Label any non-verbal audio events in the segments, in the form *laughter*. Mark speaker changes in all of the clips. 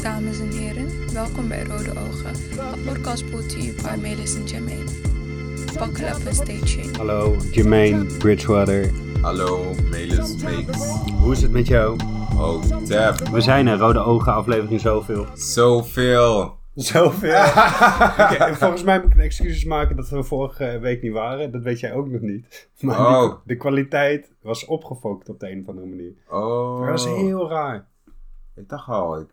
Speaker 1: dames en heren. Welkom bij Rode Ogen, een podcast brought to you by Melis en Jermaine. Buckle up and stay tuned.
Speaker 2: Hallo, Jermaine Bridgewater.
Speaker 3: Hallo, Melis, Meeks.
Speaker 2: Hoe is het met jou?
Speaker 3: Oh, Tab.
Speaker 2: We zijn er, Rode Ogen, aflevering zoveel.
Speaker 3: Zoveel.
Speaker 2: Zoveel? *laughs* volgens mij moet ik een excuses maken dat we vorige week niet waren. Dat weet jij ook nog niet. *laughs* Maar die-
Speaker 3: Oh.
Speaker 2: de kwaliteit was opgefokt op de een of andere manier.
Speaker 3: Oh.
Speaker 2: Dat was heel raar.
Speaker 3: Ik dacht al. Ik...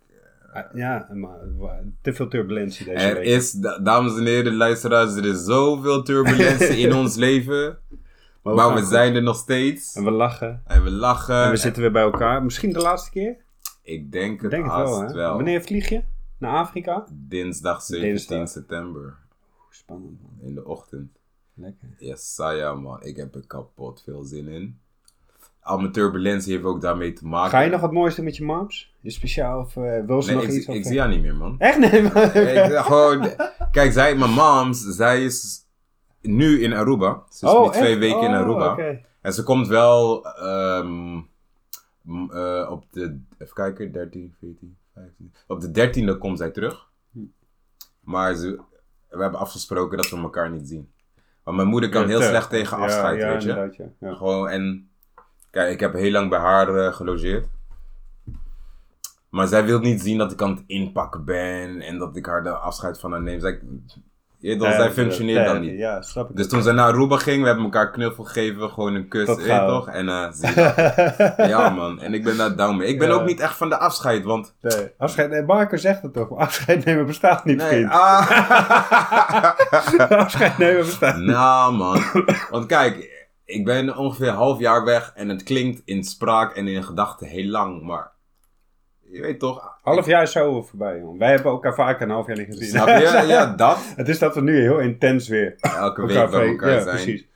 Speaker 2: Ah, Ja, maar wa- te veel turbulentie deze
Speaker 3: Er
Speaker 2: week.
Speaker 3: is, da- dames en heren, luisteraars, er is zoveel turbulentie
Speaker 2: *laughs*
Speaker 3: in ons leven.
Speaker 2: we
Speaker 3: Maar
Speaker 2: gaan
Speaker 3: we
Speaker 2: goed.
Speaker 3: zijn er nog steeds.
Speaker 2: En we lachen.
Speaker 3: En we lachen.
Speaker 2: En we zitten weer bij elkaar. Misschien de laatste keer?
Speaker 3: Ik denk
Speaker 2: Ik
Speaker 3: het,
Speaker 2: denk het
Speaker 3: haast
Speaker 2: wel, hè? Wanneer vlieg je? Naar Afrika?
Speaker 3: Dinsdag 17
Speaker 2: Dinsdag.
Speaker 3: september.
Speaker 2: Spannend, man.
Speaker 3: In de ochtend.
Speaker 2: Lekker.
Speaker 3: Yes, Saya, man. Ik heb er kapot veel zin in. Al mijn turbulentie heeft ook daarmee te maken.
Speaker 2: Ga je nog wat moois doen met je moms? Is speciaal of eh, wil ze
Speaker 3: Nee,
Speaker 2: nog
Speaker 3: ik,
Speaker 2: iets?
Speaker 3: ik
Speaker 2: of-
Speaker 3: zie haar niet meer, man.
Speaker 2: Echt nee, maar- *laughs*
Speaker 3: Ik zeg gewoon, kijk, zij, mijn moms, zij is nu in Aruba. Ze is nu twee
Speaker 2: echt?
Speaker 3: weken in
Speaker 2: Oh,
Speaker 3: Aruba.
Speaker 2: oké.
Speaker 3: En ze komt wel ehm, m- eh, op de, even kijken, 13, 14, 15. Op de 13e komt zij terug. Maar ze, we hebben afgesproken dat we elkaar niet zien. Want mijn moeder kan
Speaker 2: Ja,
Speaker 3: heel
Speaker 2: te-
Speaker 3: slecht tegen
Speaker 2: ja,
Speaker 3: afscheid,
Speaker 2: ja,
Speaker 3: weet je.
Speaker 2: inderdaad, ja. Ja.
Speaker 3: Gewoon, en kijk, ik heb heel lang bij haar eh, gelogeerd. Maar zij wil niet zien dat ik aan het inpakken ben en dat ik haar de afscheid van haar neem. Zij, je, dat,
Speaker 2: Ja,
Speaker 3: zij
Speaker 2: ja,
Speaker 3: functioneert dan
Speaker 2: ja,
Speaker 3: niet.
Speaker 2: Ja, snap ik.
Speaker 3: Dus toen ze naar Aruba ging, we hebben elkaar knuffel gegeven, gewoon een kus,
Speaker 2: Tot
Speaker 3: weet je
Speaker 2: gauw.
Speaker 3: toch? En eh, zie je.
Speaker 2: *laughs*
Speaker 3: ja man, en ik ben daar down mee. Ik ben
Speaker 2: Ja.
Speaker 3: ook niet echt van de afscheid, want...
Speaker 2: Nee, afscheid, nee, Marco zegt het toch, maar afscheid nemen bestaat niet,
Speaker 3: Nee,
Speaker 2: vriend.
Speaker 3: ah.
Speaker 2: *laughs* afscheid nemen bestaat niet. *laughs*
Speaker 3: Nou, man. Want kijk, ik ben ongeveer een half jaar weg en het klinkt in spraak en in gedachten heel lang, maar je weet toch?
Speaker 2: Half jaar is zo voorbij, jongen. Wij hebben elkaar vaak een half jaar niet gezien. *laughs*
Speaker 3: Snap je? Ja, dat.
Speaker 2: Het is dat we nu heel intens weer
Speaker 3: Elke week bij elkaar
Speaker 2: ja,
Speaker 3: zijn.
Speaker 2: precies.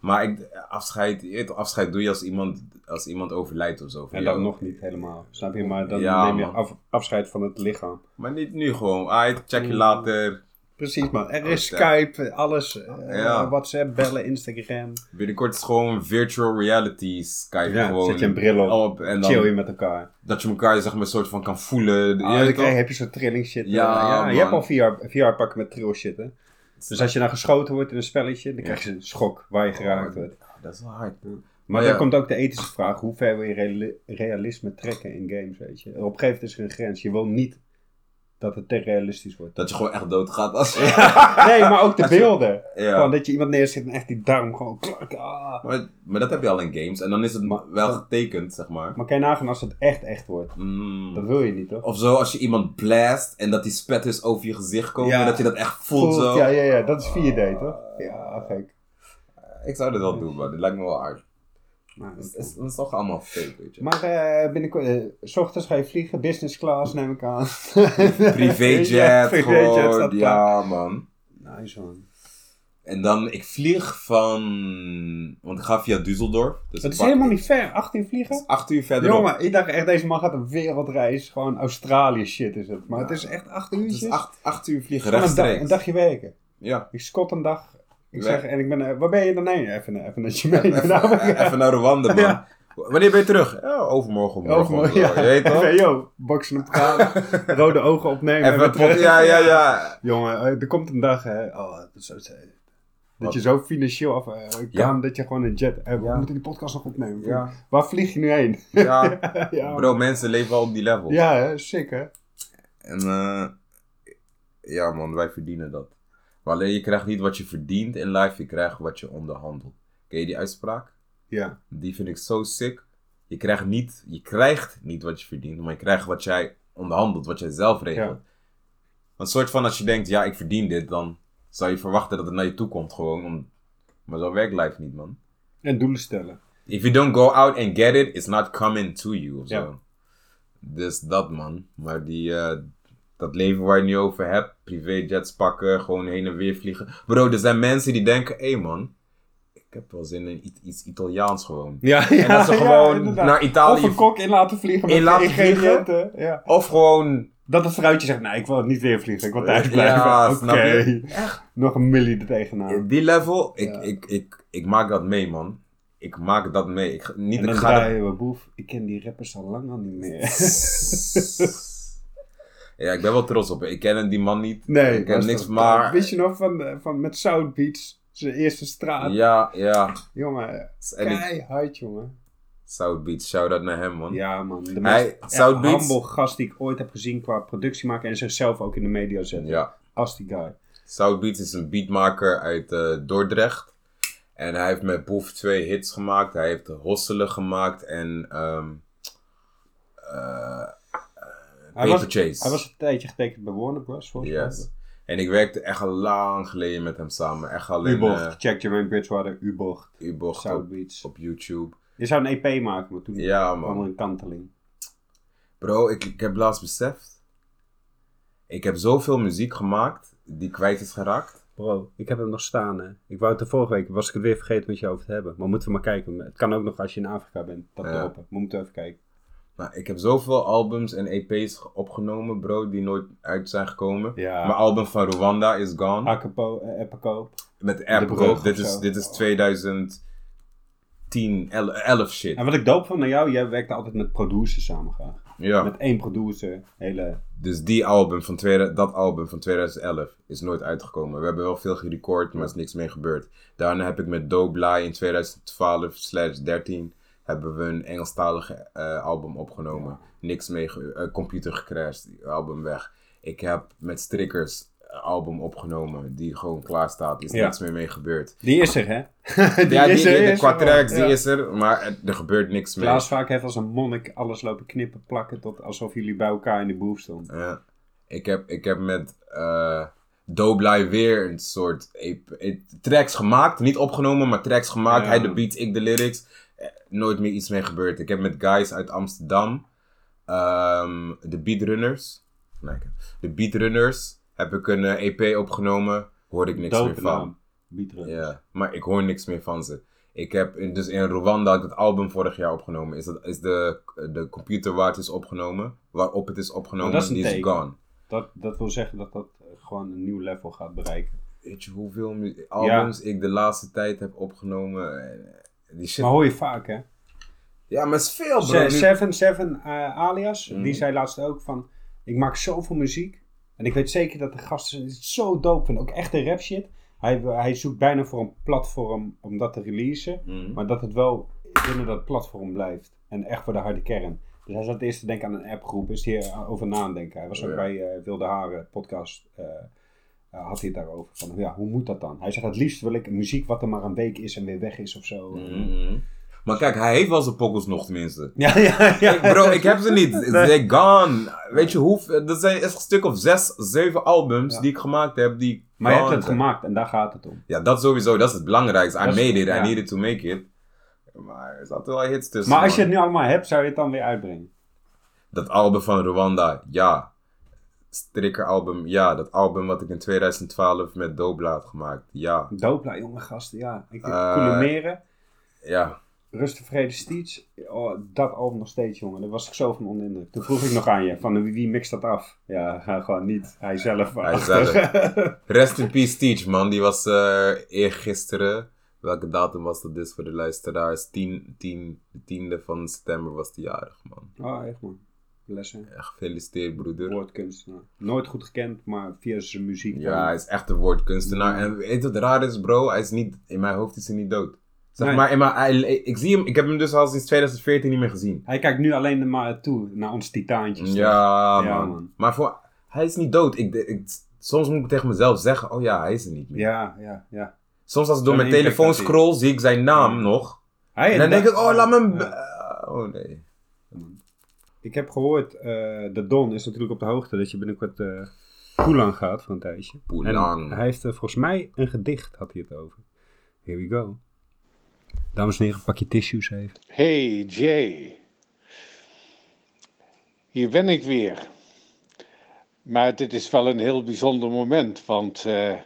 Speaker 3: Maar ik, afscheid, je weet toch, afscheid doe je als iemand, als iemand overlijdt of zo. van
Speaker 2: En
Speaker 3: jou.
Speaker 2: dan nog niet helemaal, snap je? Maar dan
Speaker 3: Ja,
Speaker 2: neem je
Speaker 3: man.
Speaker 2: af- afscheid van het lichaam.
Speaker 3: Maar niet nu gewoon. Aight, check
Speaker 2: Mm.
Speaker 3: je later.
Speaker 2: Precies, man. Er
Speaker 3: Oh,
Speaker 2: is
Speaker 3: ja.
Speaker 2: Skype, alles. eh,
Speaker 3: Ja.
Speaker 2: WhatsApp, bellen, Instagram.
Speaker 3: Binnenkort is het gewoon virtual reality Skype.
Speaker 2: Ja,
Speaker 3: gewoon
Speaker 2: zet je een bril op,
Speaker 3: en
Speaker 2: Chill je
Speaker 3: dan,
Speaker 2: met elkaar.
Speaker 3: dat je elkaar zeg maar een soort van kan voelen.
Speaker 2: Ah,
Speaker 3: Je
Speaker 2: dan
Speaker 3: weet
Speaker 2: krijg,
Speaker 3: toch?
Speaker 2: heb je zo'n trilling shit.
Speaker 3: Ja,
Speaker 2: eh, ja,
Speaker 3: man.
Speaker 2: je hebt al VR, pakken met trill shit, hè? Dus als je dan geschoten wordt in een spelletje, dan krijg je een schok waar je
Speaker 3: Oh,
Speaker 2: geraakt wordt.
Speaker 3: Ah, Dat is wel hard.
Speaker 2: Maar
Speaker 3: ja.
Speaker 2: daar komt ook de ethische vraag. Hoe ver wil je reali- realisme trekken in games, weet je? Op een gegeven moment is er een grens. Je wil niet dat het te realistisch wordt.
Speaker 3: Dat je gewoon echt
Speaker 2: *laughs*
Speaker 3: doodgaat als *laughs*
Speaker 2: Nee, maar ook de beelden.
Speaker 3: Ja.
Speaker 2: Gewoon dat je iemand neerzet en echt die darm gewoon... klak, ah.
Speaker 3: Maar, maar dat heb je al in games. En dan is het
Speaker 2: Maar-
Speaker 3: wel getekend, zeg maar.
Speaker 2: Maar kan je nagaan als het echt echt wordt?
Speaker 3: Mm.
Speaker 2: Dat wil je niet, toch?
Speaker 3: Of zo, als je iemand blast en dat die spetters over je gezicht komen.
Speaker 2: Ja.
Speaker 3: En dat je dat echt voelt zo.
Speaker 2: Ja, ja, ja. Dat is 4D, toch? Ja, gek.
Speaker 3: Ik zou dat wel doen, man. Dat lijkt me wel hard.
Speaker 2: Maar-
Speaker 3: Het is, het is toch allemaal fake, weet je.
Speaker 2: Maar eh, binnenkort, eh, s ochtends ga je vliegen, business class neem ik
Speaker 3: *laughs*
Speaker 2: aan.
Speaker 3: *laughs*
Speaker 2: *laughs*
Speaker 3: Privéjet,
Speaker 2: Ja, privéjet staat
Speaker 3: gewoon.
Speaker 2: klaar.
Speaker 3: Ja, man.
Speaker 2: Nice man.
Speaker 3: En dan, ik vlieg van... Want ik ga via Düsseldorf. Dus
Speaker 2: Dat is
Speaker 3: pak-
Speaker 2: helemaal niet ver, 18
Speaker 3: het is
Speaker 2: vliegen?
Speaker 3: Acht uur verderop.
Speaker 2: Jongen, ik dacht echt, deze man gaat een wereldreis, gewoon Australië shit is het. Maar het is echt 8
Speaker 3: Het
Speaker 2: uurtjes.
Speaker 3: is acht, acht uur vliegen,
Speaker 2: Gewoon een, dag,
Speaker 3: rechtstreeks.
Speaker 2: een dagje werken.
Speaker 3: Ja.
Speaker 2: Ik scot een dag. Ik
Speaker 3: Weg.
Speaker 2: zeg, en ik ben, eh, waar ben je dan heen? Even, even dat je mee.
Speaker 3: *laughs*
Speaker 2: Nou, *laughs*
Speaker 3: Even, eh, even naar Rwanda, man.
Speaker 2: Ja.
Speaker 3: Wanneer ben je terug? Ja, overmorgen. Morgen,
Speaker 2: Overmorgen,
Speaker 3: of zo.
Speaker 2: Oh, ja.
Speaker 3: Je weet toch?
Speaker 2: *laughs* Even, yo, boksen op elkaar, rode ogen opnemen. *laughs*
Speaker 3: Even
Speaker 2: en weer
Speaker 3: pot,
Speaker 2: terug.
Speaker 3: ja, ja, ja.
Speaker 2: Jongen, eh, er komt een dag, hè. Oh, dat, is zo, dat
Speaker 3: Wat?
Speaker 2: je zo financieel af eh, kan
Speaker 3: Ja.
Speaker 2: dat je gewoon een jet... eh, We
Speaker 3: Ja.
Speaker 2: moeten die podcast nog opnemen.
Speaker 3: Ja.
Speaker 2: Waar vlieg je nu heen? *laughs*
Speaker 3: ja.
Speaker 2: ja,
Speaker 3: Bro, mensen leven al op die level.
Speaker 2: ja, hè, sick hè?
Speaker 3: En eh, ja man, wij verdienen dat. Maar alleen je krijgt niet wat je verdient in life, je krijgt wat je onderhandelt. Ken je die uitspraak?
Speaker 2: Ja.
Speaker 3: Die vind ik zo sick. Je krijgt niet, je krijgt niet wat je verdient, maar je krijgt wat jij onderhandelt, wat jij zelf regelt. Een soort van als je denkt, ja ik verdien dit, dan zou je verwachten dat het naar je toe komt gewoon. om- Maar zo werkt life niet man.
Speaker 2: En doelen stellen.
Speaker 3: If you don't go out and get it, it's not coming to you. Of
Speaker 2: Ja.
Speaker 3: zo. Dus dat man. Maar die, eh, dat leven waar je het nu over hebt, privéjets pakken, gewoon heen en weer vliegen. Bro, er zijn mensen die denken, hé hey man, ik heb wel zin in iets, iets Italiaans gewoon.
Speaker 2: *laughs* Ja,
Speaker 3: En dat ze gewoon naar Italië-
Speaker 2: Of een kok in laten vliegen met
Speaker 3: In laten
Speaker 2: de ingrediënten. Ja.
Speaker 3: Of gewoon,
Speaker 2: Dat het vrouwtje zegt, nee, ik wil niet weer vliegen, ik wil thuis
Speaker 3: Ja,
Speaker 2: blijven. Oké,
Speaker 3: snap je?
Speaker 2: nog een millie er tegenaan.
Speaker 3: die level, ik,
Speaker 2: Ja.
Speaker 3: ik, ik, ik maak dat mee man. Ik maak dat mee. Ik, ga- niet,
Speaker 2: En
Speaker 3: ik
Speaker 2: dan
Speaker 3: ga dat- *laughs*
Speaker 2: draaien we boef, ik ken die rappers al lang al niet meer.
Speaker 3: Ja, ik ben wel trots op hem. Ik ken die man niet.
Speaker 2: Nee,
Speaker 3: ik ken
Speaker 2: was
Speaker 3: niks,
Speaker 2: dat-
Speaker 3: maar...
Speaker 2: Wist je nog van, eh, van met South Beach, zijn eerste straat?
Speaker 3: Ja, ja.
Speaker 2: Jongen,
Speaker 3: En die
Speaker 2: keihard, jongen.
Speaker 3: South Beach, shout-out naar hem, man.
Speaker 2: Ja, man. De
Speaker 3: Hij-
Speaker 2: meest
Speaker 3: South Beach-
Speaker 2: humble gast die ik ooit heb gezien qua productie maken en zichzelf ook in de media zetten.
Speaker 3: ja.
Speaker 2: Als die guy.
Speaker 3: South Beats is een beatmaker uit eh, Dordrecht. En hij heeft met Boef twee hits gemaakt. Hij heeft Hosselen gemaakt en ehm eh,
Speaker 2: Hij
Speaker 3: Paper
Speaker 2: was,
Speaker 3: Chase.
Speaker 2: hij was een tijdje getekend bij Warner Bros. volgens mij.
Speaker 3: Yes. En ik werkte echt al lang geleden met hem samen. Echt alleen
Speaker 2: U-bocht.
Speaker 3: eh,
Speaker 2: Check Jermaine Bridgewater, U-bocht,
Speaker 3: U-bocht
Speaker 2: South
Speaker 3: op,
Speaker 2: Beach.
Speaker 3: op YouTube.
Speaker 2: Je zou een EP maken, maar toen
Speaker 3: Ja,
Speaker 2: kwam er
Speaker 3: man.
Speaker 2: een kanteling.
Speaker 3: Bro, ik, ik heb laatst beseft. Ik heb zoveel muziek gemaakt die kwijt is geraakt.
Speaker 2: Bro, ik heb hem nog staan, hè. Ik wou het de vorige week, was ik het weer vergeten met je over te hebben. Maar moeten we maar kijken. Het kan ook nog als je in Afrika bent, dat
Speaker 3: Ja.
Speaker 2: droppen. We moeten even kijken.
Speaker 3: Nou, ik heb zoveel albums en EP's ge- opgenomen, bro, die nooit uit zijn gekomen.
Speaker 2: Ja.
Speaker 3: Mijn album van Rwanda is gone.
Speaker 2: Akapo, eh, Epico.
Speaker 3: Met
Speaker 2: brug
Speaker 3: Apple.
Speaker 2: of
Speaker 3: Dit
Speaker 2: zo. Oh.
Speaker 3: is, dit is 2010, 11, 11 shit.
Speaker 2: En wat ik doop vond aan jou, jij werkte altijd met producers samen graag.
Speaker 3: Ja.
Speaker 2: Met één producer, hele...
Speaker 3: Dus die album van tweede- dat album van 2011 is nooit uitgekomen. We hebben wel veel gerecord, maar er is niks mee gebeurd. Daarna heb ik met Dope Lie in 2012 slash 13 hebben we een Engelstalige eh, album opgenomen. Niks mee, ge- eh, computer gecrashed, album weg. Ik heb met Strikkers een album opgenomen die gewoon klaar staat. Er is
Speaker 2: Ja.
Speaker 3: niks meer mee gebeurd.
Speaker 2: Die is er, hè? *laughs*
Speaker 3: Ja, die, de,
Speaker 2: is
Speaker 3: qua
Speaker 2: er,
Speaker 3: tracks, die
Speaker 2: ja.
Speaker 3: is er, maar er, er gebeurt niks mee.
Speaker 2: Klaas vaak heeft als een monnik alles lopen knippen, plakken, tot alsof jullie bij elkaar in de boef stonden.
Speaker 3: Ja. ik, heb, ik heb met eh Doblai weer een soort ep- e- tracks gemaakt. Niet opgenomen, maar tracks gemaakt.
Speaker 2: Ja.
Speaker 3: Hij de beats, ik de lyrics. Eh, Nooit meer iets mee gebeurd. Ik heb met guys uit Amsterdam, ehm, de Beatrunners. Nee, ik heb- de Beatrunners heb ik een eh, EP opgenomen. Hoor ik niks meer van.
Speaker 2: naam. Bietrug.
Speaker 3: Ja, maar ik hoor niks meer van ze. Ik heb in- dus in Rwanda had ik het album vorig jaar opgenomen. Is, dat, is de, de computer waar het is opgenomen, waarop het is opgenomen,
Speaker 2: Maar dat is een
Speaker 3: die is
Speaker 2: teken.
Speaker 3: gone.
Speaker 2: Dat, dat wil zeggen dat dat eh, gewoon een nieuw level gaat bereiken.
Speaker 3: Weet je hoeveel mu- albums ik de laatste tijd heb opgenomen? Eh, Die shit.
Speaker 2: Maar hoor je vaak, hè?
Speaker 3: ja, maar het is veel, bro.
Speaker 2: Se-
Speaker 3: Nu-
Speaker 2: Seven, Seven eh, alias,
Speaker 3: Mhm.
Speaker 2: die zei laatst ook van, ik maak zoveel muziek. En ik weet zeker dat de gasten het zo dope vinden. Ook echte rap shit. Hij, hij zoekt bijna voor een platform om dat te releasen.
Speaker 3: Mm.
Speaker 2: Maar dat het wel binnen dat platform blijft. En echt voor de harde kern. Dus hij zat eerst te denken aan een appgroep. Is hier eh, over na aan het denken. Hij was ook
Speaker 3: Oh Ja.
Speaker 2: bij eh, Wilde Haren podcast. eh, eh, had hij het daarover. Van ja, hoe moet dat dan? Hij zegt het liefst wil ik muziek wat er maar een week is en weer weg is of zo.
Speaker 3: Mm. Maar kijk, hij heeft wel zijn pokkels nog
Speaker 2: *laughs*
Speaker 3: tenminste.
Speaker 2: Ja, ja, ja.
Speaker 3: Bro, ik
Speaker 2: *laughs*
Speaker 3: heb ze niet. They're gone. Weet je hoeveel? Er zijn is een stuk of zes, zeven albums
Speaker 2: Ja.
Speaker 3: die ik gemaakt heb die
Speaker 2: Maar je hebt
Speaker 3: gone
Speaker 2: het
Speaker 3: zijn.
Speaker 2: gemaakt en daar gaat het om.
Speaker 3: Ja, dat sowieso, dat is het belangrijkste. I
Speaker 2: Dat is-
Speaker 3: made it,
Speaker 2: ja.
Speaker 3: I needed to make it. Maar er zaten wel hits tussen.
Speaker 2: Maar als je
Speaker 3: man.
Speaker 2: het nu allemaal hebt, zou je het dan weer uitbrengen?
Speaker 3: Dat album van Rwanda, ja. Strikkeralbum, ja. Dat album wat ik in 2012 met Dobla had gemaakt, ja.
Speaker 2: Dopla, jonge gasten, ja. Ik
Speaker 3: Eh.
Speaker 2: Coulimeren,
Speaker 3: Ja,
Speaker 2: Rust en Vrede Steeds. Oh, dat album nog steeds, jongen. Daar was ik zo van onder indruk. Toen vroeg ik nog aan je, van wie, wie mixt dat af? Ja, *laughs* gewoon niet. Hij zelf.
Speaker 3: hij zelf. Rest in peace Teach, man. Die was eh eergisteren. Welke datum was dat dus voor de luisteraars? 10, 10, de 10e van september was die jarig, man.
Speaker 2: *laughs* Oh, echt man. Lessen.
Speaker 3: Ja, gefeliciteerd, broeder.
Speaker 2: Woordkunstenaar. Nooit goed gekend, maar via zijn muziek.
Speaker 3: Ja, hij is echt een woordkunstenaar. En weet je wat raar is, bro? Hij is niet, in mijn hoofd is hij niet dood. Zeg
Speaker 2: Nee.
Speaker 3: maar, in mijn, hij- ik zie hem, ik heb hem dus al sinds 2014 niet meer gezien.
Speaker 2: Hij kijkt nu alleen maar toe naar ons titaantje.
Speaker 3: Ja,
Speaker 2: Ja,
Speaker 3: man.
Speaker 2: man.
Speaker 3: Maar voor, hij is niet dood. Ik, ik, soms moet ik tegen mezelf zeggen, oh ja, hij is er niet meer.
Speaker 2: ja, ja. ja.
Speaker 3: Soms als ik door
Speaker 2: Zo'n
Speaker 3: mijn
Speaker 2: impact
Speaker 3: telefoon
Speaker 2: had hij.
Speaker 3: scroll, zie ik zijn naam nog.
Speaker 2: Hij-
Speaker 3: En dan
Speaker 2: dat-
Speaker 3: denk ik, oh, laat me... hem-
Speaker 2: Ja.
Speaker 3: Oh
Speaker 2: *laughs*
Speaker 3: nee.
Speaker 2: Ik heb gehoord, eh de Don is natuurlijk op de hoogte dat je binnenkort eh Poelang gaat voor een tijdje.
Speaker 3: Poelang.
Speaker 2: En hij heeft eh, volgens mij een gedicht, had hij het over. Here we go. Dames en heren, pak je tissues even.
Speaker 4: Hey Jay, hier ben ik weer. Maar dit is wel een heel bijzonder moment, want eh,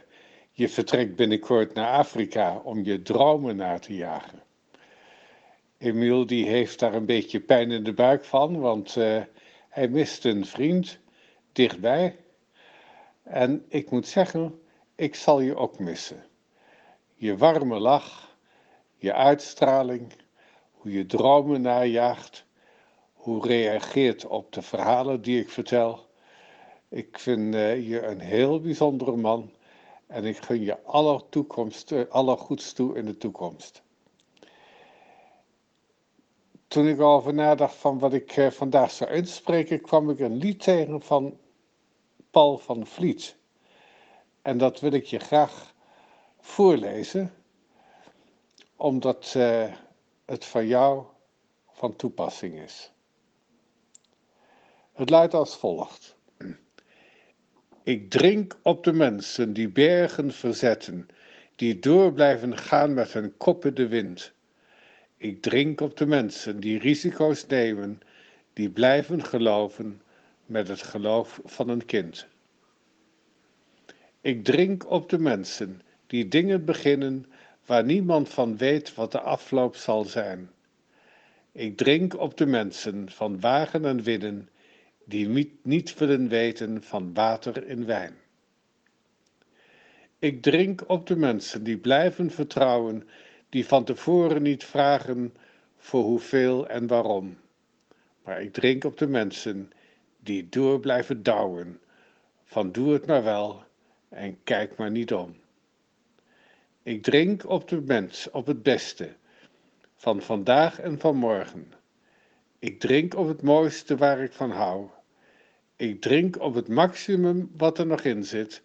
Speaker 4: je vertrekt binnenkort naar Afrika om je dromen na te jagen. Emiel die heeft daar een beetje pijn in de buik van, want eh, hij mist een vriend dichtbij. En ik moet zeggen, ik zal je ook missen. Je warme lach, je uitstraling hoe je dromen najaagt, hoe reageert op de verhalen die ik vertel. Ik vind eh, je een heel bijzondere man en ik gun je alle, toekomst, eh, alle goeds toe in de toekomst. Toen ik erover nadacht van wat ik eh, vandaag zou inspreken, kwam ik een lied tegen van Paul van Vliet. En dat wil ik je graag voorlezen, omdat eh, het van jou van toepassing is. Het luidt als volgt. Ik drink op de mensen die bergen verzetten, die door blijven gaan met hun koppen de wind. Ik drink op de mensen die risico's nemen, die blijven geloven met het geloof van een kind. Ik drink op de mensen die dingen beginnen waar niemand van weet wat de afloop zal zijn. Ik drink op de mensen van wagen en winnen die niet- niet willen weten van water in wijn. Ik drink op de mensen die blijven vertrouwen, die van tevoren niet vragen voor hoeveel en waarom. Maar ik drink op de mensen die door blijven douwen, van doe het maar wel en kijk maar niet om. Ik drink op de mens, op het beste, van vandaag en van morgen. Ik drink op het mooiste waar ik van hou. Ik drink op het maximum wat er nog in zit,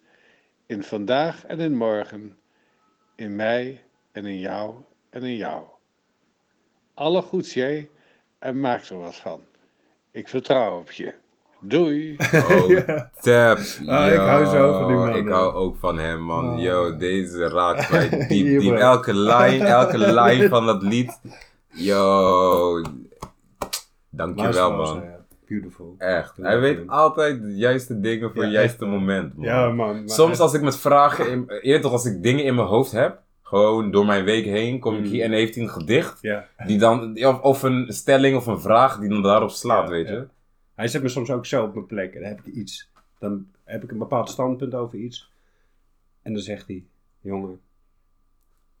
Speaker 4: in vandaag en in morgen, in mij en in jou en in jou. Alle goeds jij en maak er wat van. Ik vertrouw op je. Doei.
Speaker 3: Oh, tap.
Speaker 5: Ah, ik hou zo van die
Speaker 3: Yo,
Speaker 5: man,
Speaker 3: Ik
Speaker 5: ja.
Speaker 3: hou ook van hem, man.
Speaker 5: Ah.
Speaker 3: Yo, deze
Speaker 2: *laughs*
Speaker 3: raakt mij diep,
Speaker 5: Hier,
Speaker 3: diep.
Speaker 5: bro.
Speaker 3: Elke line, elke line van dat lied. Yo. Dankjewel,
Speaker 2: Luister wel,
Speaker 3: man.
Speaker 2: zei hij. Beautiful.
Speaker 3: Echt. Hij weet altijd de juiste dingen voor het
Speaker 2: Ja,
Speaker 3: juiste
Speaker 2: echt, man.
Speaker 3: moment, man.
Speaker 2: Ja, man. maar
Speaker 3: Soms
Speaker 2: echt-
Speaker 3: als ik met vragen, in, eerder toch als ik dingen in mijn hoofd heb, gewoon door mijn week heen, kom ik
Speaker 2: Mm.
Speaker 3: hier en heeft hij een gedicht.
Speaker 2: Ja.
Speaker 3: Die dan, of, of een stelling of een vraag die dan daarop slaat,
Speaker 2: Ja,
Speaker 3: weet
Speaker 2: ja.
Speaker 3: je.
Speaker 2: Hij zet me soms ook zo op mijn plek. En dan heb ik iets. Dan heb ik een bepaald standpunt over iets. En dan zegt hij: Jongen,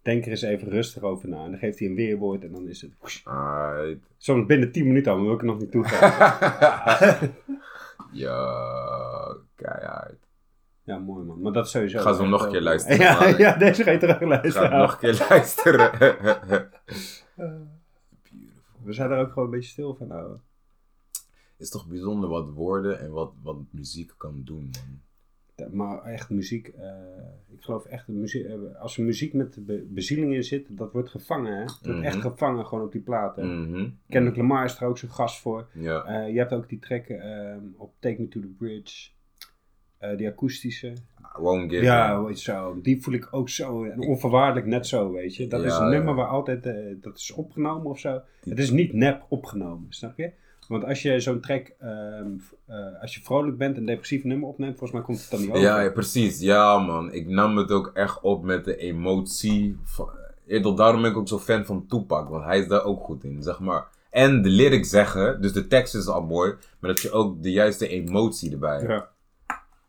Speaker 2: denk er eens even rustig over na. En dan geeft hij een weerwoord en dan is het. *laughs*
Speaker 3: Alright.
Speaker 2: Soms binnen 10 minuten al, maar wil ik er nog niet toe
Speaker 3: *laughs*
Speaker 2: gaan.
Speaker 3: Ja, keihard.
Speaker 2: ja, mooi man. Maar dat sowieso.
Speaker 3: Ik ga ze hem nog een keer luisteren.
Speaker 2: Ja, *laughs*
Speaker 3: Maar-
Speaker 2: ja, deze ga je terug
Speaker 3: Ik ga
Speaker 2: luisteren.
Speaker 3: het nog een keer luisteren.
Speaker 2: *laughs*
Speaker 3: *laughs*
Speaker 2: We zijn er ook gewoon een beetje stil van Nou, houden.
Speaker 3: is toch bijzonder wat woorden en wat, wat muziek kan doen, man.
Speaker 2: Ja, Maar echt muziek. eh, ik geloof echt, dat muziek, eh, als er muziek met be- bezieling in zit, dat wordt gevangen. Hè? Dat wordt echt
Speaker 3: Mhm.
Speaker 2: gevangen gewoon op die platen.
Speaker 3: Mhm.
Speaker 2: Kendrick Lamar is er ook zo'n gast voor.
Speaker 3: Ja.
Speaker 2: Eh, je hebt ook die track ehm, op Take Me to the Bridge. Eh, die akoestische.
Speaker 3: I won't give
Speaker 2: Ja,
Speaker 3: in.
Speaker 2: weet je zo. Die voel ik ook zo. En onverwaardelijk net zo, weet je. Dat
Speaker 3: Ja,
Speaker 2: is een
Speaker 3: ja.
Speaker 2: nummer waar altijd... eh, dat is opgenomen of zo.
Speaker 3: Die-
Speaker 2: Het is niet nep opgenomen, snap je? Want als je zo'n track... ehm, v- eh, als je vrolijk bent en een depressief nummer opneemt... Volgens mij komt het dan niet over.
Speaker 3: Ja, ja, precies. Ja, man. Ik nam het ook echt op met de emotie. van- Eerder, daarom ben ik ook zo fan van Tupac, want hij is daar ook goed in, zeg maar. En de lyrics zeggen, dus de tekst is al mooi, maar dat je ook de juiste emotie erbij hebt.
Speaker 2: Ja.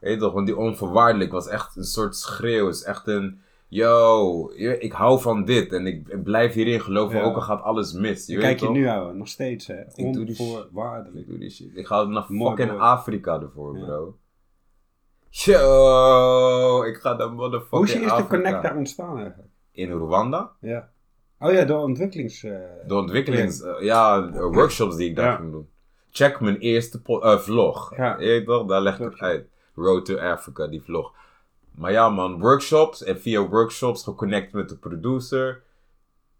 Speaker 3: Weet je toch, want die onverwaardelijk was echt een soort schreeuw. is echt een, yo, je- ik hou van dit en ik, ik blijf hierin geloven,
Speaker 2: Ja.
Speaker 3: ook al gaat alles mis. Je weet
Speaker 2: Kijk je
Speaker 3: toch?
Speaker 2: nu houden, nog steeds hè.
Speaker 3: Ik doe die sh- Ik
Speaker 2: Onvoorwaardelijk.
Speaker 3: doe die shit. Ik ga naar
Speaker 2: Mooi,
Speaker 3: fucking
Speaker 2: mooi.
Speaker 3: Afrika ervoor,
Speaker 2: Ja.
Speaker 3: bro. Yo, ik ga naar motherfucking
Speaker 2: Hoe is je eerste
Speaker 3: Afrika.
Speaker 2: connect daar ontstaan eigenlijk?
Speaker 3: In Rwanda?
Speaker 2: Ja. Oh ja, door ontwikkelings... eh,
Speaker 3: De ontwikkelings... eh, ja, eh, workshops die ik daar
Speaker 2: Ja.
Speaker 3: ging doen. Check mijn eerste po- eh, vlog.
Speaker 2: Ja.
Speaker 3: Ja. toch? Daar leg ik het
Speaker 2: Klopt, ja.
Speaker 3: uit. Road to Africa, die vlog. Maar ja man, workshops. En via workshops geconnect met de producer.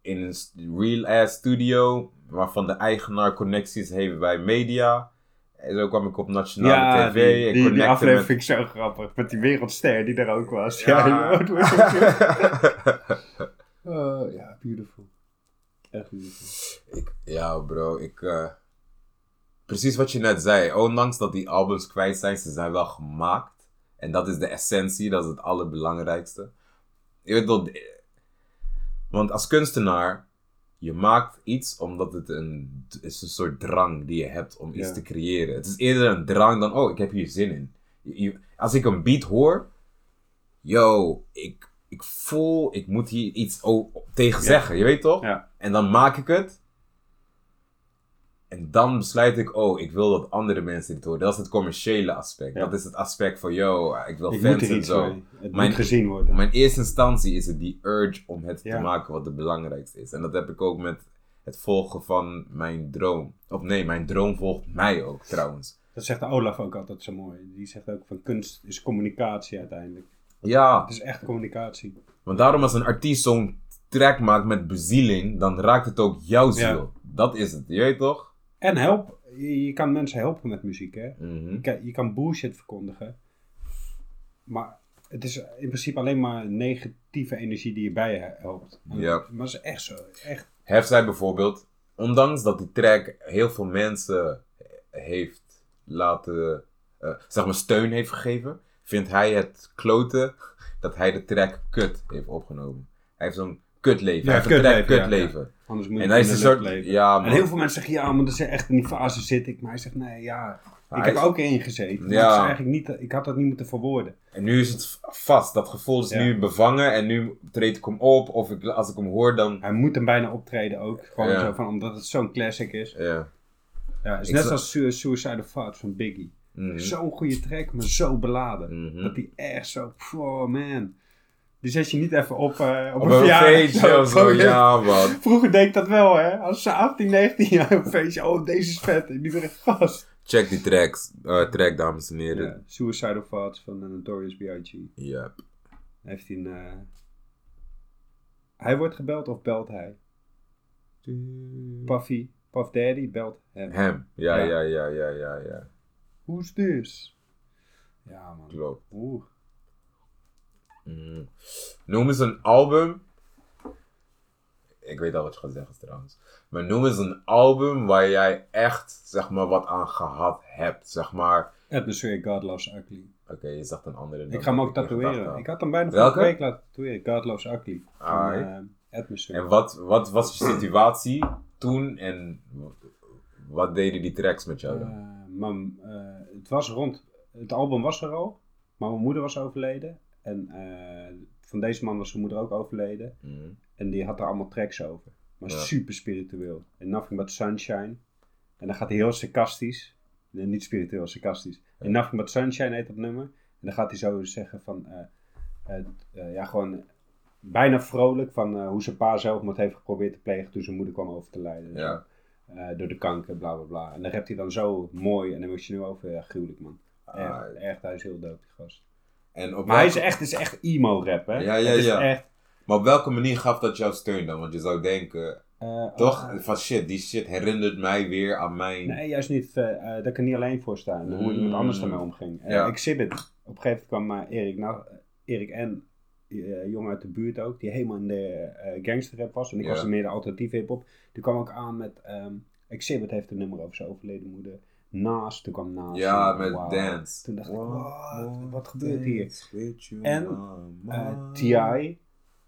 Speaker 3: In een st- real-ass studio. Waarvan de eigenaar connecties heeft bij media. En zo kwam ik op nationale
Speaker 2: ja,
Speaker 3: tv.
Speaker 2: die, die,
Speaker 3: en
Speaker 2: die
Speaker 3: connecte
Speaker 2: aflevering
Speaker 3: met-
Speaker 2: vind ik zo grappig. Met die wereldster die er ook was.
Speaker 3: Ja.
Speaker 2: *laughs* Ja, joh, het wordt
Speaker 3: *laughs*
Speaker 2: ook zo- *laughs* Oh, ja, beautiful. Echt beautiful.
Speaker 3: Ik, ja, bro, ik. eh, precies wat je net zei. Ondanks dat die albums kwijt zijn, ze zijn wel gemaakt. En dat is de essentie, dat is het allerbelangrijkste. Je weet dat. Want als kunstenaar, je maakt iets omdat het een, het is een soort drang die je hebt om iets
Speaker 2: Ja.
Speaker 3: te creëren. Het is eerder een drang dan, oh, ik heb hier zin in. Je- je- als ik een beat hoor, yo, ik, ik voel, ik moet hier iets o- tegen zeggen, je weet toch?
Speaker 2: Ja.
Speaker 3: En dan maak ik het. En dan besluit ik, oh, ik wil dat andere mensen dit horen. Dat is het commerciële aspect.
Speaker 2: Ja.
Speaker 3: Dat is het aspect van, yo, ik wil
Speaker 2: Ik moet
Speaker 3: fans
Speaker 2: er
Speaker 3: en
Speaker 2: iets
Speaker 3: zo.
Speaker 2: mee. Het
Speaker 3: Mijn-
Speaker 2: moet gezien worden.
Speaker 3: Mijn eerste instantie is het die urge om het
Speaker 2: Ja.
Speaker 3: te maken wat het belangrijkste is. En dat heb ik ook met het volgen van mijn droom. Of nee, mijn droom volgt mij ook trouwens.
Speaker 2: Dat zegt Olaf ook altijd zo mooi. Die zegt ook van kunst is communicatie uiteindelijk.
Speaker 3: Ja,
Speaker 2: Het is echt communicatie.
Speaker 3: want daarom als een artiest zo'n track maakt met bezieling, dan raakt het ook jouw ziel. Dat is het, je weet toch?
Speaker 2: En help. Je je kan mensen helpen met muziek, hè.
Speaker 3: Mhm.
Speaker 2: Je kan, je kan bullshit verkondigen. Maar het is in principe alleen maar negatieve energie die je bij je helpt.
Speaker 3: Ja.
Speaker 2: Maar dat is echt zo. Echt.
Speaker 3: Hefzij bijvoorbeeld, ondanks dat die track heel veel mensen heeft laten, eh, zeg maar steun heeft gegeven, vindt hij het kloten dat hij de track kut heeft opgenomen. Hij heeft zo'n
Speaker 2: Ja,
Speaker 3: kutleven. hij heeft een track
Speaker 2: kutleven, ja,
Speaker 3: kutleven.
Speaker 2: Anders moet je
Speaker 3: En hij
Speaker 2: het
Speaker 3: is
Speaker 2: in
Speaker 3: een
Speaker 2: de lucht
Speaker 3: soort,
Speaker 2: leven.
Speaker 3: ja
Speaker 2: En
Speaker 3: man,
Speaker 2: heel veel mensen zeggen, ja, maar dat is echt in die fase zit ik. Maar hij zegt, nee, ja. Ik
Speaker 3: hij
Speaker 2: heb
Speaker 3: is-
Speaker 2: ook erin gezeten. Maar
Speaker 3: Ja.
Speaker 2: het is eigenlijk niet, ik had dat niet moeten verwoorden.
Speaker 3: en nu is het vast. Dat gevoel is
Speaker 2: Ja.
Speaker 3: nu bevangen en nu treed ik hem op of ik, als ik hem hoor dan...
Speaker 2: Hij moet hem bijna optreden ook. Gewoon
Speaker 3: Ja.
Speaker 2: zo van, omdat het zo'n classic is.
Speaker 3: Ja.
Speaker 2: Ja, het is
Speaker 3: Ik
Speaker 2: net
Speaker 3: zou-
Speaker 2: als Su- Suicide of Thoughts van Biggie.
Speaker 3: Mhm.
Speaker 2: Zo'n goede track, maar zo beladen.
Speaker 3: Mhm.
Speaker 2: Dat die echt zo, oh man. Die zet je niet even op, eh, op,
Speaker 3: Op
Speaker 2: een
Speaker 3: een
Speaker 2: verjaardag.
Speaker 3: feestje of zo,
Speaker 2: Gewoon,
Speaker 3: ja man.
Speaker 2: Vroeger deed ik dat wel, hè. Als ze 18, 19 jaar op een feestje, oh, deze is vet. En die weer echt gast.
Speaker 3: Check die tracks, eh, track dames en heren.
Speaker 2: Ja, Suicide of Thoughts van eh, Notorious B.I.G.
Speaker 3: Ja.
Speaker 2: Heeft hij een... eh, Hij wordt gebeld of belt hij? Puffy, Puff Daddy belt hem.
Speaker 3: Hem. Ja,
Speaker 2: Ja.
Speaker 3: ja, ja, ja, ja, ja.
Speaker 2: Who's this? Ja, man.
Speaker 3: Klopt.
Speaker 2: Oeh.
Speaker 3: Mm. Noem eens een album. Ik weet al wat je gaat zeggen trouwens. Maar noem eens een album waar jij echt, zeg maar, wat aan gehad hebt. Zeg maar.
Speaker 2: Atmospheric God Loves Ugly.
Speaker 3: Oké, je zegt een andere. dan
Speaker 2: Ik ga hem
Speaker 3: wat
Speaker 2: ook
Speaker 3: in gedachten
Speaker 2: tatoeëren.
Speaker 3: had.
Speaker 2: Ik had hem bijna
Speaker 3: Welke? Ah,
Speaker 2: vorige week laten tatoeëren. God Loves Ugly. Van,
Speaker 3: Ai.
Speaker 2: eh, Atmosphere.
Speaker 3: En wat, wat was je situatie toen en wat deden die tracks met jou dan?
Speaker 2: Eh, mam, eh, het was rond... Het album was er al. Maar mijn moeder was overleden. En eh, van deze man was zijn moeder ook overleden.
Speaker 3: Mm.
Speaker 2: En die had er allemaal tracks over. Maar
Speaker 3: Ja.
Speaker 2: super spiritueel. En Nothing But Sunshine. En dan gaat hij heel sarcastisch. Nee, niet spiritueel, sarcastisch. En Nothing But Sunshine heet dat nummer. En dan gaat hij zo zeggen van... eh, eh, eh, ja, gewoon bijna vrolijk van eh, hoe zijn pa zelfmoord heeft geprobeerd te plegen toen zijn moeder kwam over te lijden. en
Speaker 3: Ja.
Speaker 2: zo. Eh, door de kanker, bla bla bla. En daar hebt hij dan zo mooi en emotioneel over. Ja, gruwelijk man. Echt,
Speaker 3: Ah.
Speaker 2: echt, hij is heel dood, die gast.
Speaker 3: En op
Speaker 2: Maar hij is
Speaker 3: welke-
Speaker 2: echt, is echt emo-rap, hè?
Speaker 3: Ja, ja,
Speaker 2: Het is
Speaker 3: ja.
Speaker 2: echt...
Speaker 3: maar op welke manier gaf dat jou steun dan? Want je zou denken,
Speaker 2: eh,
Speaker 3: toch? Van shit, die shit herinnert mij weer aan mijn...
Speaker 2: Nee, juist niet. eh eh, daar kan ik niet alleen voor staan. Hoe iemand
Speaker 3: Mm.
Speaker 2: anders ermee omging. Eh,
Speaker 3: Ja.
Speaker 2: Exhibit. Op een gegeven moment kwam maar Erik, nou, Erik en eh jongen uit de buurt ook, die helemaal in de eh, gangsterrap was. En ik
Speaker 3: Ja.
Speaker 2: was meer de alternatieve hip-hop. Die kwam ook aan met. ehm, Exhibit heeft een nummer over zijn overleden moeder. Naast, toen kwam Naast.
Speaker 3: Ja,
Speaker 2: en
Speaker 3: met
Speaker 2: Wow.
Speaker 3: dance.
Speaker 2: Toen dacht ik,
Speaker 3: One
Speaker 2: wat,
Speaker 3: more
Speaker 2: wat gebeurt hier?
Speaker 3: dance with you,
Speaker 2: En,
Speaker 3: mama.
Speaker 2: Eh, T.I.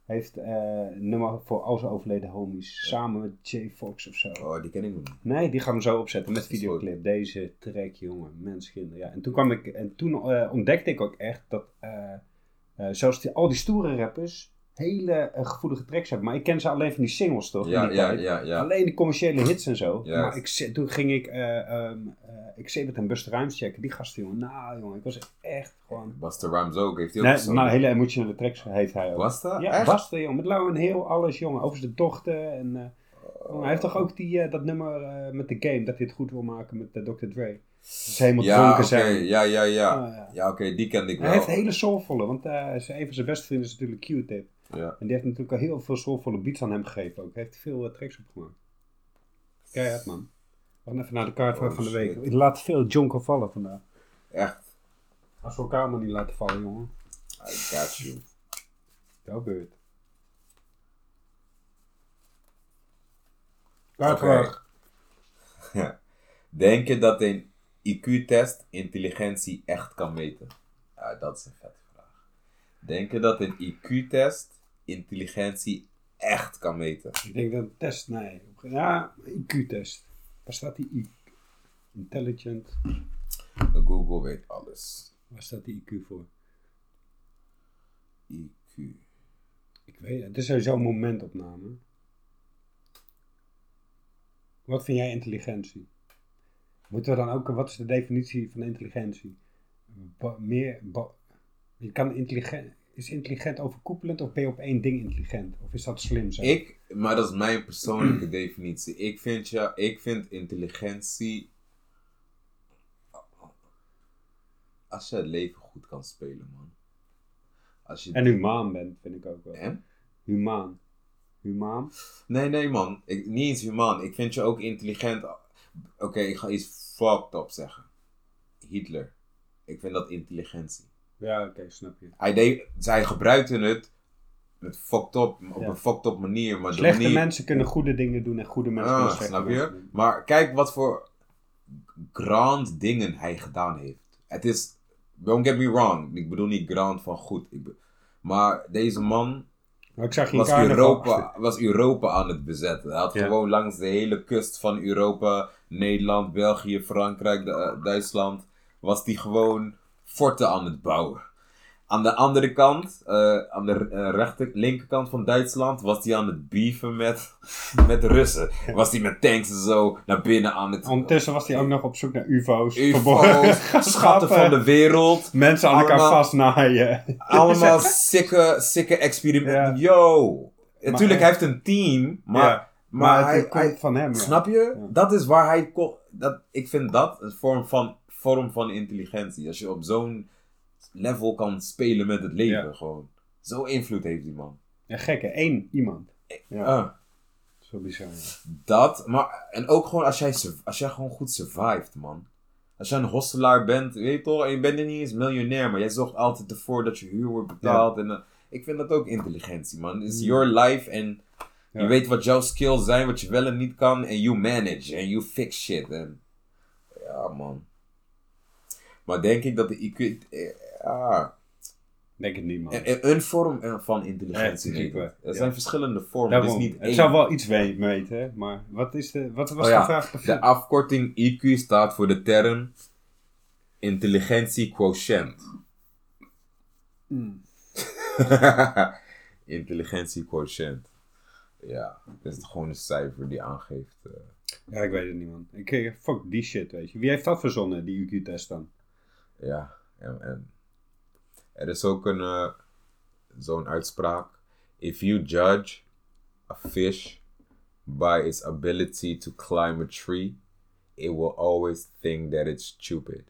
Speaker 2: heeft eh, een nummer voor al zijn overleden homies. Samen met J. Fox of zo.
Speaker 3: Oh, die ken ik niet.
Speaker 2: Nee, die gaan we zo opzetten met
Speaker 3: Dat is
Speaker 2: videoclip. Deze track, jongen, menskinder. Ja. En toen, kwam ik, en toen eh, ontdekte ik ook echt dat, eh, eh, zoals die, al die stoere rappers, hele eh, gevoelige tracks hebben. Maar ik ken ze alleen van die singles, toch? in
Speaker 3: Ja,
Speaker 2: die
Speaker 3: ja,
Speaker 2: tijd?
Speaker 3: ja, ja.
Speaker 2: Alleen de commerciële hits en zo.
Speaker 3: Juist.
Speaker 2: Maar ik, zit- toen ging ik, eh ehm eh Exhibit en Buster Rhymes checken. Die gasten, jongen, nou jongen, ik was echt gewoon...
Speaker 3: Buster Rhymes ook, heeft hij ook
Speaker 2: Nee,
Speaker 3: zo'n-
Speaker 2: nou, hele emotionele tracks heeft hij ook.
Speaker 3: Was dat?
Speaker 2: Ja,
Speaker 3: Echt?
Speaker 2: Basta, jongen. Met Lauw en Heel, alles, jongen. Over zijn dochter. En, eh, jongen, hij heeft toch ook die, eh, dat nummer eh, met de game, dat hij het goed wil maken met eh, Dr. Dre. Dat ze helemaal
Speaker 3: Ja,
Speaker 2: dronken
Speaker 3: oké,
Speaker 2: zijn.
Speaker 3: ja, ja, ja.
Speaker 2: Ah, ja.
Speaker 3: Ja, oké, die kende ik wel.
Speaker 2: Hij heeft hele soulvolle, want eh, zijn een van zijn beste vrienden is natuurlijk Q-Tip.
Speaker 3: Ja.
Speaker 2: En die heeft natuurlijk al heel veel soulvolle beats aan hem gegeven ook. Hij heeft veel eh, tracks opgemaakt. Keihard, man. We gaan even naar de kaart
Speaker 3: Oh,
Speaker 2: van de
Speaker 3: shit.
Speaker 2: week. Ik laat veel jonker vallen vandaag.
Speaker 3: Echt.
Speaker 2: Als we elkaar maar niet laten vallen, jongen.
Speaker 3: I got you.
Speaker 2: Jouw beurt. Kaart
Speaker 3: Oké.
Speaker 2: weg.
Speaker 3: Denk je dat een IQ-test intelligentie echt kan meten? Ja, dat is een vette vraag. Denk je dat een IQ-test intelligentie echt kan meten?
Speaker 2: Ik denk dat een test, nee. Ja, IQ-test. Waar staat die I? Intelligent.
Speaker 3: Google weet alles.
Speaker 2: Waar staat die IQ voor?
Speaker 3: IQ.
Speaker 2: Ik weet het. Het is sowieso een momentopname. Wat vind jij intelligentie? Moeten we dan ook, wat is de definitie van intelligentie? Ba- meer, ba- je kan intelligent, is intelligent overkoepelend of ben je op één ding intelligent? Of is dat slim zijn?
Speaker 3: Ik, maar dat is mijn
Speaker 2: Mm.
Speaker 3: persoonlijke definitie. Ik vind, ja, ik vind intelligentie. Als je het leven goed kan spelen, man. Als je
Speaker 2: En humaan bent, vind ik ook wel.
Speaker 3: Hè?
Speaker 2: Humaan. Humaan?
Speaker 3: Nee, nee, man. Ik, niet eens human. Ik vind je ook intelligent. Oké, ik ga iets fucked up zeggen. Hitler. Ik vind dat intelligentie.
Speaker 2: Ja, oké, snap je.
Speaker 3: Hij deed, zij gebruikten het met fucked up, op
Speaker 2: Ja.
Speaker 3: een fucked up manier. Maar de
Speaker 2: Slechte
Speaker 3: manier,
Speaker 2: mensen kunnen goede dingen doen en goede mensen
Speaker 3: Ah,
Speaker 2: kunnen slechte
Speaker 3: snap
Speaker 2: dingen
Speaker 3: je?
Speaker 2: doen.
Speaker 3: Maar kijk wat voor grand dingen hij gedaan heeft. Het is, don't get me wrong, ik bedoel niet grand van goed. Ik be- maar deze man
Speaker 2: Maar ik zag geen
Speaker 3: was
Speaker 2: carnaval.
Speaker 3: Europa, was Europa aan het bezetten. Hij had
Speaker 2: Ja.
Speaker 3: gewoon langs de hele kust van Europa, Nederland, België, Frankrijk, Du- eh, Duitsland, was hij gewoon forten aan het bouwen. Aan de andere kant, eh, aan de eh, rechter, linkerkant van Duitsland, was hij aan het beefen met, *laughs* met Russen. Was hij met tanks en zo naar binnen aan het...
Speaker 2: Ondertussen was hij ook nog op zoek naar UFO's. *laughs* verborgen
Speaker 3: *laughs* UFO's, schatten van de wereld.
Speaker 2: Mensen aan elkaar
Speaker 3: Allemaal-
Speaker 2: vastnaaien.
Speaker 3: Allemaal sikke, sikke experimenten. Yo! Natuurlijk, hij heeft een team, *laughs* maar...
Speaker 2: Ja,
Speaker 3: Maar,
Speaker 2: Maar,
Speaker 3: hij,
Speaker 2: het komt
Speaker 3: hij-
Speaker 2: van hem. ja.
Speaker 3: snap je?
Speaker 2: Ja.
Speaker 3: Dat is waar hij... ko- Dat, ik vind dat een vorm van, vorm van intelligentie. Als je op zo'n level kan spelen met het leven
Speaker 2: Ja.
Speaker 3: gewoon. Zo invloed heeft die man.
Speaker 2: Een gekke, één iemand. Ja.
Speaker 3: Ah,
Speaker 2: Zo bizar. ja.
Speaker 3: dat, maar... En ook gewoon als jij, sur- als jij gewoon goed survived, man. Als jij een hostelaar bent, weet je toch? En je bent niet eens miljonair, maar jij zorgt altijd ervoor dat je huur wordt betaald. En, eh, ik vind dat ook intelligentie, man. It's your life en...
Speaker 2: Mm. Ja.
Speaker 3: Je weet wat jouw skills zijn, wat je wel en niet kan. En you manage. En you fix shit. En... Ja, man. Maar denk ik dat de IQ... eh, Ja,
Speaker 2: Denk het niet, man.
Speaker 3: een- een, een vorm eh, van
Speaker 2: Ja, het is
Speaker 3: intelligentie.
Speaker 2: natuurlijk
Speaker 3: heet het.
Speaker 2: wel, ja.
Speaker 3: Er zijn verschillende vormen. Het is
Speaker 2: Daarom.
Speaker 3: niet
Speaker 2: het
Speaker 3: één.
Speaker 2: zou wel iets we- weten, hè, maar wat, is de, wat was
Speaker 3: Oh ja,
Speaker 2: de vraag?
Speaker 3: De afkorting IQ staat voor de term... Intelligentie quotient. *laughs* intelligentie quotient. Ja, dat is gewoon een cijfer die aangeeft... eh,
Speaker 2: Ja, ik weet het niet, man. Ik, eh, fuck die shit, weet je. Wie heeft dat verzonnen, die UQ-test dan?
Speaker 3: Ja, en, en er is ook een, eh, zo'n uitspraak. If you judge a fish by its ability to climb a tree, it will always think that it's stupid.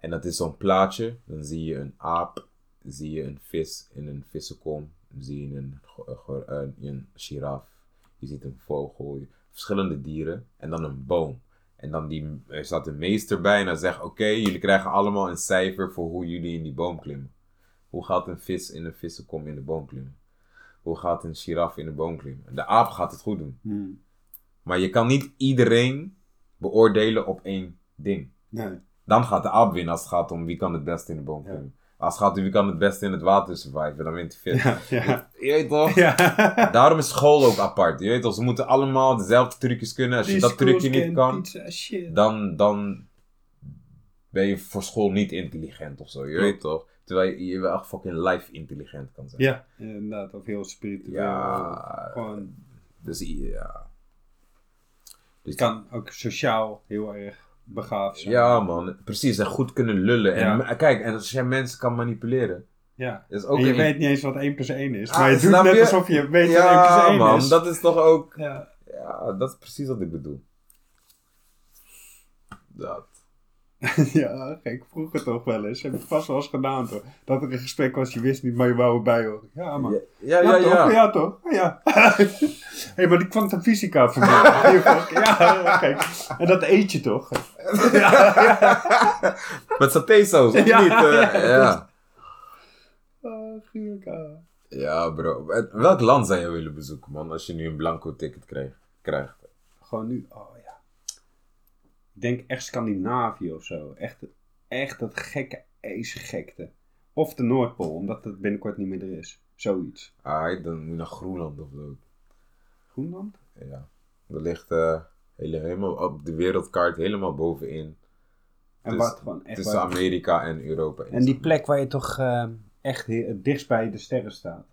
Speaker 3: En dat is zo'n plaatje. Dan zie je een aap, zie je een vis in een vissenkom, zie je een, ge- ge- een, een giraf, je ziet een vogel, je- verschillende dieren en dan een boom. En dan die, er staat een meester bij en dan zegt: Oké, jullie krijgen allemaal een cijfer voor hoe jullie in die boom klimmen. Hoe gaat een vis in een vissenkom in de boom klimmen? Hoe gaat een giraf in de boom klimmen? De aap gaat het goed doen.
Speaker 2: Hmm.
Speaker 3: Maar je kan niet iedereen beoordelen op één ding.
Speaker 2: Nee.
Speaker 3: Dan gaat de aap winnen als het gaat om wie kan het beste in de boom
Speaker 2: Ja.
Speaker 3: klimmen. Als het gaat om wie kan het beste in het water surviven, dan wint de vis.
Speaker 2: Ja, *laughs* ja.
Speaker 3: Je weet toch?
Speaker 2: ja.
Speaker 3: Daarom is school ook apart. Je weet toch? Ze moeten allemaal dezelfde trucjes kunnen. Als je dat trucje niet kan,
Speaker 2: shit.
Speaker 3: dan, dan ben je voor school niet intelligent of zo. Je weet toch? Terwijl je, je wel echt fucking life intelligent kan zijn.
Speaker 2: Ja, inderdaad. Of heel spiritueel.
Speaker 3: Ja.
Speaker 2: of Gewoon,
Speaker 3: Dus ja. Dus
Speaker 2: je kan ook sociaal heel erg begaafd zijn.
Speaker 3: Ja, man. Precies. En goed kunnen lullen. En
Speaker 2: Ja.
Speaker 3: kijk, en als jij mensen kan manipuleren.
Speaker 2: Ja.
Speaker 3: Is ook
Speaker 2: en je
Speaker 3: een-
Speaker 2: weet niet eens wat 1 plus 1 is.
Speaker 3: Ah,
Speaker 2: maar je doet
Speaker 3: snap
Speaker 2: net
Speaker 3: je?
Speaker 2: alsof je weet wat 1 plus
Speaker 3: Ja,
Speaker 2: 1
Speaker 3: man.
Speaker 2: is.
Speaker 3: Dat is toch ook.
Speaker 2: Ja. *laughs*
Speaker 3: Ja, dat is precies wat ik bedoel. Dat.
Speaker 2: ja, gek. Vroeger toch wel eens. Heb ik vast wel eens gedaan, toch? Dat er een gesprek was, je wist niet, maar je wou erbij horen. Ja, man.
Speaker 3: Ja,
Speaker 2: Ja,
Speaker 3: ja, ja.
Speaker 2: toch?
Speaker 3: ja.
Speaker 2: Ja, toch? Oh, Ja. *laughs* Hé, hey, maar die kwantumfysica van
Speaker 3: *laughs*
Speaker 2: mij. ja, gek. En dat eet je toch?
Speaker 3: Met satésaus, of
Speaker 2: Ja,
Speaker 3: niet? Eh,
Speaker 2: ja,
Speaker 3: ja.
Speaker 2: Ah, gruwelijk, ah.
Speaker 3: ja, bro. En Welk land zou je willen bezoeken, man? Als je nu een blanco ticket krijgt. krijgt?
Speaker 2: Gewoon nu, oh ja. Ik denk echt Scandinavië of zo. Echt, echt dat gekke ijsgekte. Of de Noordpool, omdat het binnenkort niet meer er is. Zoiets.
Speaker 3: Ah, dan moet je naar Groenland of zo.
Speaker 2: Groenland?
Speaker 3: Ja. Dat ligt eh, hele, helemaal op de wereldkaart, helemaal bovenin.
Speaker 2: En
Speaker 3: Dus-
Speaker 2: wat gewoon echt
Speaker 3: tussen
Speaker 2: waar-
Speaker 3: Amerika en Europa.
Speaker 2: En die plek waar je toch eh, echt he- het dichtst bij de sterren staat.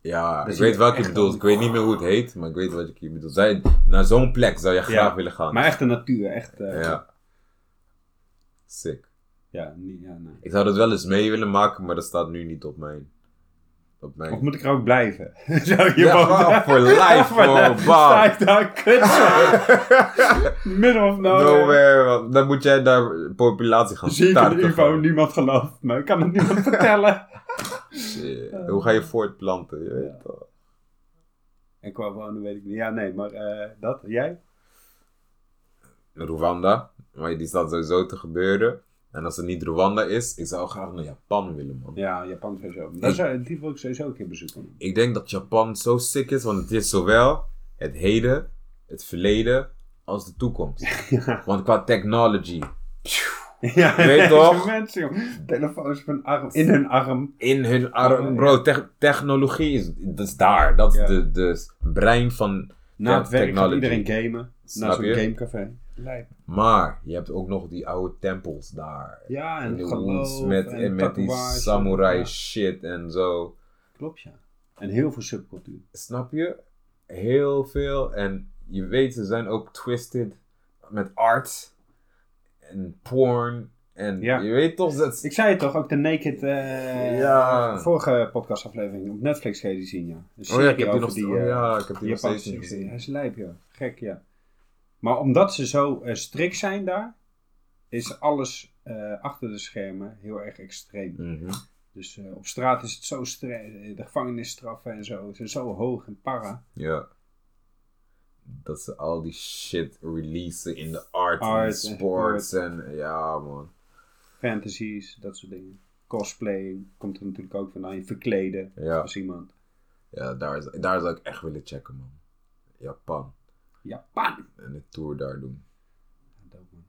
Speaker 3: Ja,
Speaker 2: Dat
Speaker 3: ik
Speaker 2: zie
Speaker 3: weet
Speaker 2: je
Speaker 3: welke je
Speaker 2: echt
Speaker 3: bedoelt.
Speaker 2: wel.
Speaker 3: Ik weet niet meer hoe het heet, maar ik weet wat je bedoelt. Zij, naar zo'n plek zou je graag
Speaker 2: Ja,
Speaker 3: willen gaan.
Speaker 2: Maar echt de natuur, echt. eh, ja.
Speaker 3: Ja. Sick.
Speaker 2: niet, ja nee.
Speaker 3: Ik zou dat wel eens mee willen maken, maar dat staat nu niet op mijn... Op mijn...
Speaker 2: Of moet ik er ook blijven? *laughs* Zou je
Speaker 3: Ja,
Speaker 2: woont *laughs*
Speaker 3: gewoon
Speaker 2: daar-
Speaker 3: *laughs* voor life,
Speaker 2: Maar
Speaker 3: gewoon,
Speaker 2: dan Sta ik daar kutsen?
Speaker 3: *laughs*
Speaker 2: Middel of
Speaker 3: No
Speaker 2: nowhere.
Speaker 3: way, man. Dan moet jij daar populatie gaan
Speaker 2: Zie ik
Speaker 3: starten.
Speaker 2: een UFO,
Speaker 3: gewoon.
Speaker 2: niemand gelooft me. Ik kan het
Speaker 3: *laughs*
Speaker 2: niemand vertellen.
Speaker 3: Shit. Hoe ga je voortplanten? Je weet toch.
Speaker 2: En qua wonen weet ik niet. Ja, nee, maar eh, dat, jij?
Speaker 3: Rwanda. Maar die staat sowieso te gebeuren. En als het niet Rwanda is, ik zou graag naar Japan willen, man.
Speaker 2: Ja, Japan sowieso.
Speaker 3: Eh.
Speaker 2: Maar Dat zou, die wil ik sowieso een keer
Speaker 3: *laughs*
Speaker 2: bezoeken.
Speaker 3: Ik denk dat Japan zo sick is, want het is zowel het heden, het verleden, als de
Speaker 2: *laughs*
Speaker 3: toekomst. Want qua technology,
Speaker 2: Ja,
Speaker 3: Weet
Speaker 2: deze
Speaker 3: toch?
Speaker 2: mensen, joh. Telefoons op hun arm, in hun arm.
Speaker 3: in hun arm, bro, tech- technologie is, dat is daar. Dat is
Speaker 2: Ja.
Speaker 3: de, de brein van
Speaker 2: Na het
Speaker 3: tech-
Speaker 2: werk gaat
Speaker 3: technology.
Speaker 2: iedereen gamen.
Speaker 3: Snap
Speaker 2: Naar zo'n
Speaker 3: je?
Speaker 2: gamecafé. Lijp.
Speaker 3: Maar je hebt ook nog die oude tempels daar.
Speaker 2: Ja,
Speaker 3: In
Speaker 2: en
Speaker 3: de
Speaker 2: geloof.
Speaker 3: woods met, en
Speaker 2: en
Speaker 3: met die
Speaker 2: tatoeages.
Speaker 3: samurai
Speaker 2: Ja,
Speaker 3: shit en zo.
Speaker 2: klopt, ja. En heel veel subcultuur.
Speaker 3: Snap je? Heel veel. En je weet, ze zijn ook twisted met art en porn. En
Speaker 2: Ja.
Speaker 3: je weet toch dat.
Speaker 2: Ik zei het toch, ook de Naked... eh,
Speaker 3: Ja.
Speaker 2: Vorige podcastaflevering op Netflix ga je die zien, ja. Een
Speaker 3: Oh ja, ik
Speaker 2: serie
Speaker 3: heb die
Speaker 2: over
Speaker 3: nog,
Speaker 2: die,
Speaker 3: oh
Speaker 2: eh,
Speaker 3: ja, ik heb die nog
Speaker 2: Japanse
Speaker 3: steeds niet
Speaker 2: serie.
Speaker 3: gezien.
Speaker 2: Hij is lijp, ja. Gek, ja. Maar omdat ze zo eh, strikt zijn daar, is alles eh, achter de schermen heel erg extreem.
Speaker 3: Mhm.
Speaker 2: Dus eh, op straat is het zo streng, de gevangenisstraffen en zo zijn zo hoog en para.
Speaker 3: Ja. Dat ze al die shit releasen in de art,
Speaker 2: Art
Speaker 3: en
Speaker 2: en
Speaker 3: sports. En ja, man.
Speaker 2: Fantasies, dat soort dingen. Cosplay komt er natuurlijk ook vandaan. Je verkleden
Speaker 3: Ja.
Speaker 2: als iemand.
Speaker 3: Ja, daar, is, daar zou ik echt willen checken, man. Japan.
Speaker 2: Japan!
Speaker 3: En de tour daar doen.
Speaker 2: Dope, man.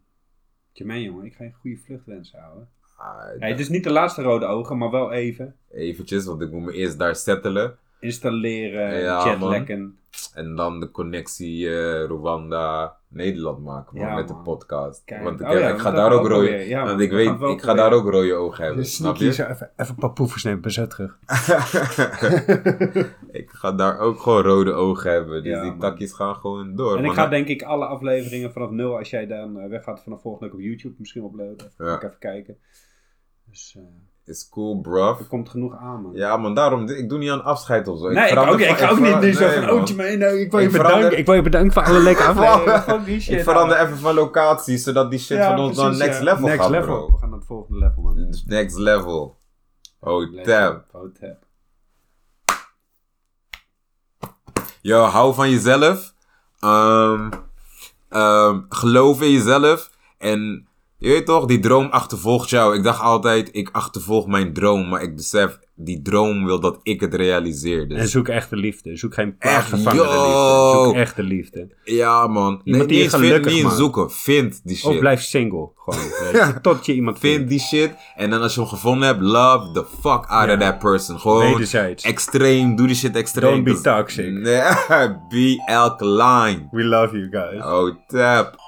Speaker 2: Jermaine, jongen, ik ga je goede vlucht wensen, ouwe.
Speaker 3: Ah,
Speaker 2: Hey, het is niet de laatste rode ogen, maar wel even.
Speaker 3: Eventjes, want ik moet me eerst daar settelen.
Speaker 2: Installeren,
Speaker 3: Ja,
Speaker 2: chatlaggen.
Speaker 3: En dan de connectie eh, Rwanda-Nederland maken man,
Speaker 2: Ja,
Speaker 3: met
Speaker 2: man.
Speaker 3: de podcast.
Speaker 2: Kijk.
Speaker 3: Want ik,
Speaker 2: Oh
Speaker 3: heb-
Speaker 2: ja,
Speaker 3: ik ga
Speaker 2: dat
Speaker 3: daar
Speaker 2: gaan
Speaker 3: ook
Speaker 2: we
Speaker 3: rode...
Speaker 2: proberen. Ja,
Speaker 3: want
Speaker 2: we
Speaker 3: ik
Speaker 2: gaan
Speaker 3: weet,
Speaker 2: het wel
Speaker 3: ik ga daar ook rode ogen hebben,
Speaker 2: Dus *laughs*
Speaker 3: snap je?
Speaker 2: even, even een paar poefers nemen, ben zo terug.
Speaker 3: *laughs* ik ga daar ook gewoon rode ogen hebben. Dus
Speaker 2: Ja,
Speaker 3: die
Speaker 2: man.
Speaker 3: takjes gaan gewoon door.
Speaker 2: En ik
Speaker 3: man.
Speaker 2: ga denk ik alle afleveringen vanaf nul, als jij dan eh, weggaat vanaf volgende week op YouTube misschien uploaden. Even,
Speaker 3: Ja.
Speaker 2: ik even kijken. Dus eh,
Speaker 3: Is cool, bruv.
Speaker 2: er komt genoeg aan, man.
Speaker 3: Ja, man, daarom... Ik doe niet aan afscheid of zo.
Speaker 2: Nee, ik,
Speaker 3: verander
Speaker 2: ook, ik
Speaker 3: van-
Speaker 2: ga ook niet
Speaker 3: verander-
Speaker 2: nu zo
Speaker 3: nee,
Speaker 2: van,
Speaker 3: man.
Speaker 2: oh Jermaine, nee, ik wil
Speaker 3: Ik
Speaker 2: je
Speaker 3: verander-
Speaker 2: bedanken. Ik wil je bedanken voor alle
Speaker 3: *laughs*
Speaker 2: lekkere afleveringen. Fuck die shit.
Speaker 3: Ik verander even van locatie, zodat die shit
Speaker 2: Ja,
Speaker 3: van ons dan
Speaker 2: precies,
Speaker 3: next
Speaker 2: ja.
Speaker 3: level
Speaker 2: Next
Speaker 3: gaat,
Speaker 2: level.
Speaker 3: bro.
Speaker 2: We gaan naar het volgende level, man.
Speaker 3: Next level. Oh, damn.
Speaker 2: Oh, tap.
Speaker 3: Yo, hou van jezelf. Ehm, ehm, geloof in jezelf. En je weet toch, die droom achtervolgt jou. Ik dacht altijd, ik achtervolg mijn droom. Maar ik besef, die droom wil dat ik het realiseer. Dus
Speaker 2: En zoek echte liefde. Zoek geen
Speaker 3: plaatsvervangende
Speaker 2: plaatsvervangende
Speaker 3: liefde.
Speaker 2: liefde.
Speaker 3: Zoek
Speaker 2: Zoek echte liefde.
Speaker 3: ja, man. Nee,
Speaker 2: Iemand die je
Speaker 3: niet, eens vind-
Speaker 2: gelukkig
Speaker 3: niet eens
Speaker 2: maakt.
Speaker 3: zoeken. Vind die
Speaker 2: Of
Speaker 3: shit.
Speaker 2: blijf single. Gewoon.
Speaker 3: *laughs*
Speaker 2: weet je, Tot je iemand
Speaker 3: Vind
Speaker 2: vindt.
Speaker 3: die shit. En dan als je hem gevonden hebt, love the fuck out of that person. Gewoon
Speaker 2: Wederzijds.
Speaker 3: extreem. Doe die shit extreem.
Speaker 2: Don't be
Speaker 3: Dus-
Speaker 2: toxic.
Speaker 3: Nee, *laughs* be alkaline.
Speaker 2: We love you guys.
Speaker 3: Oh, tap.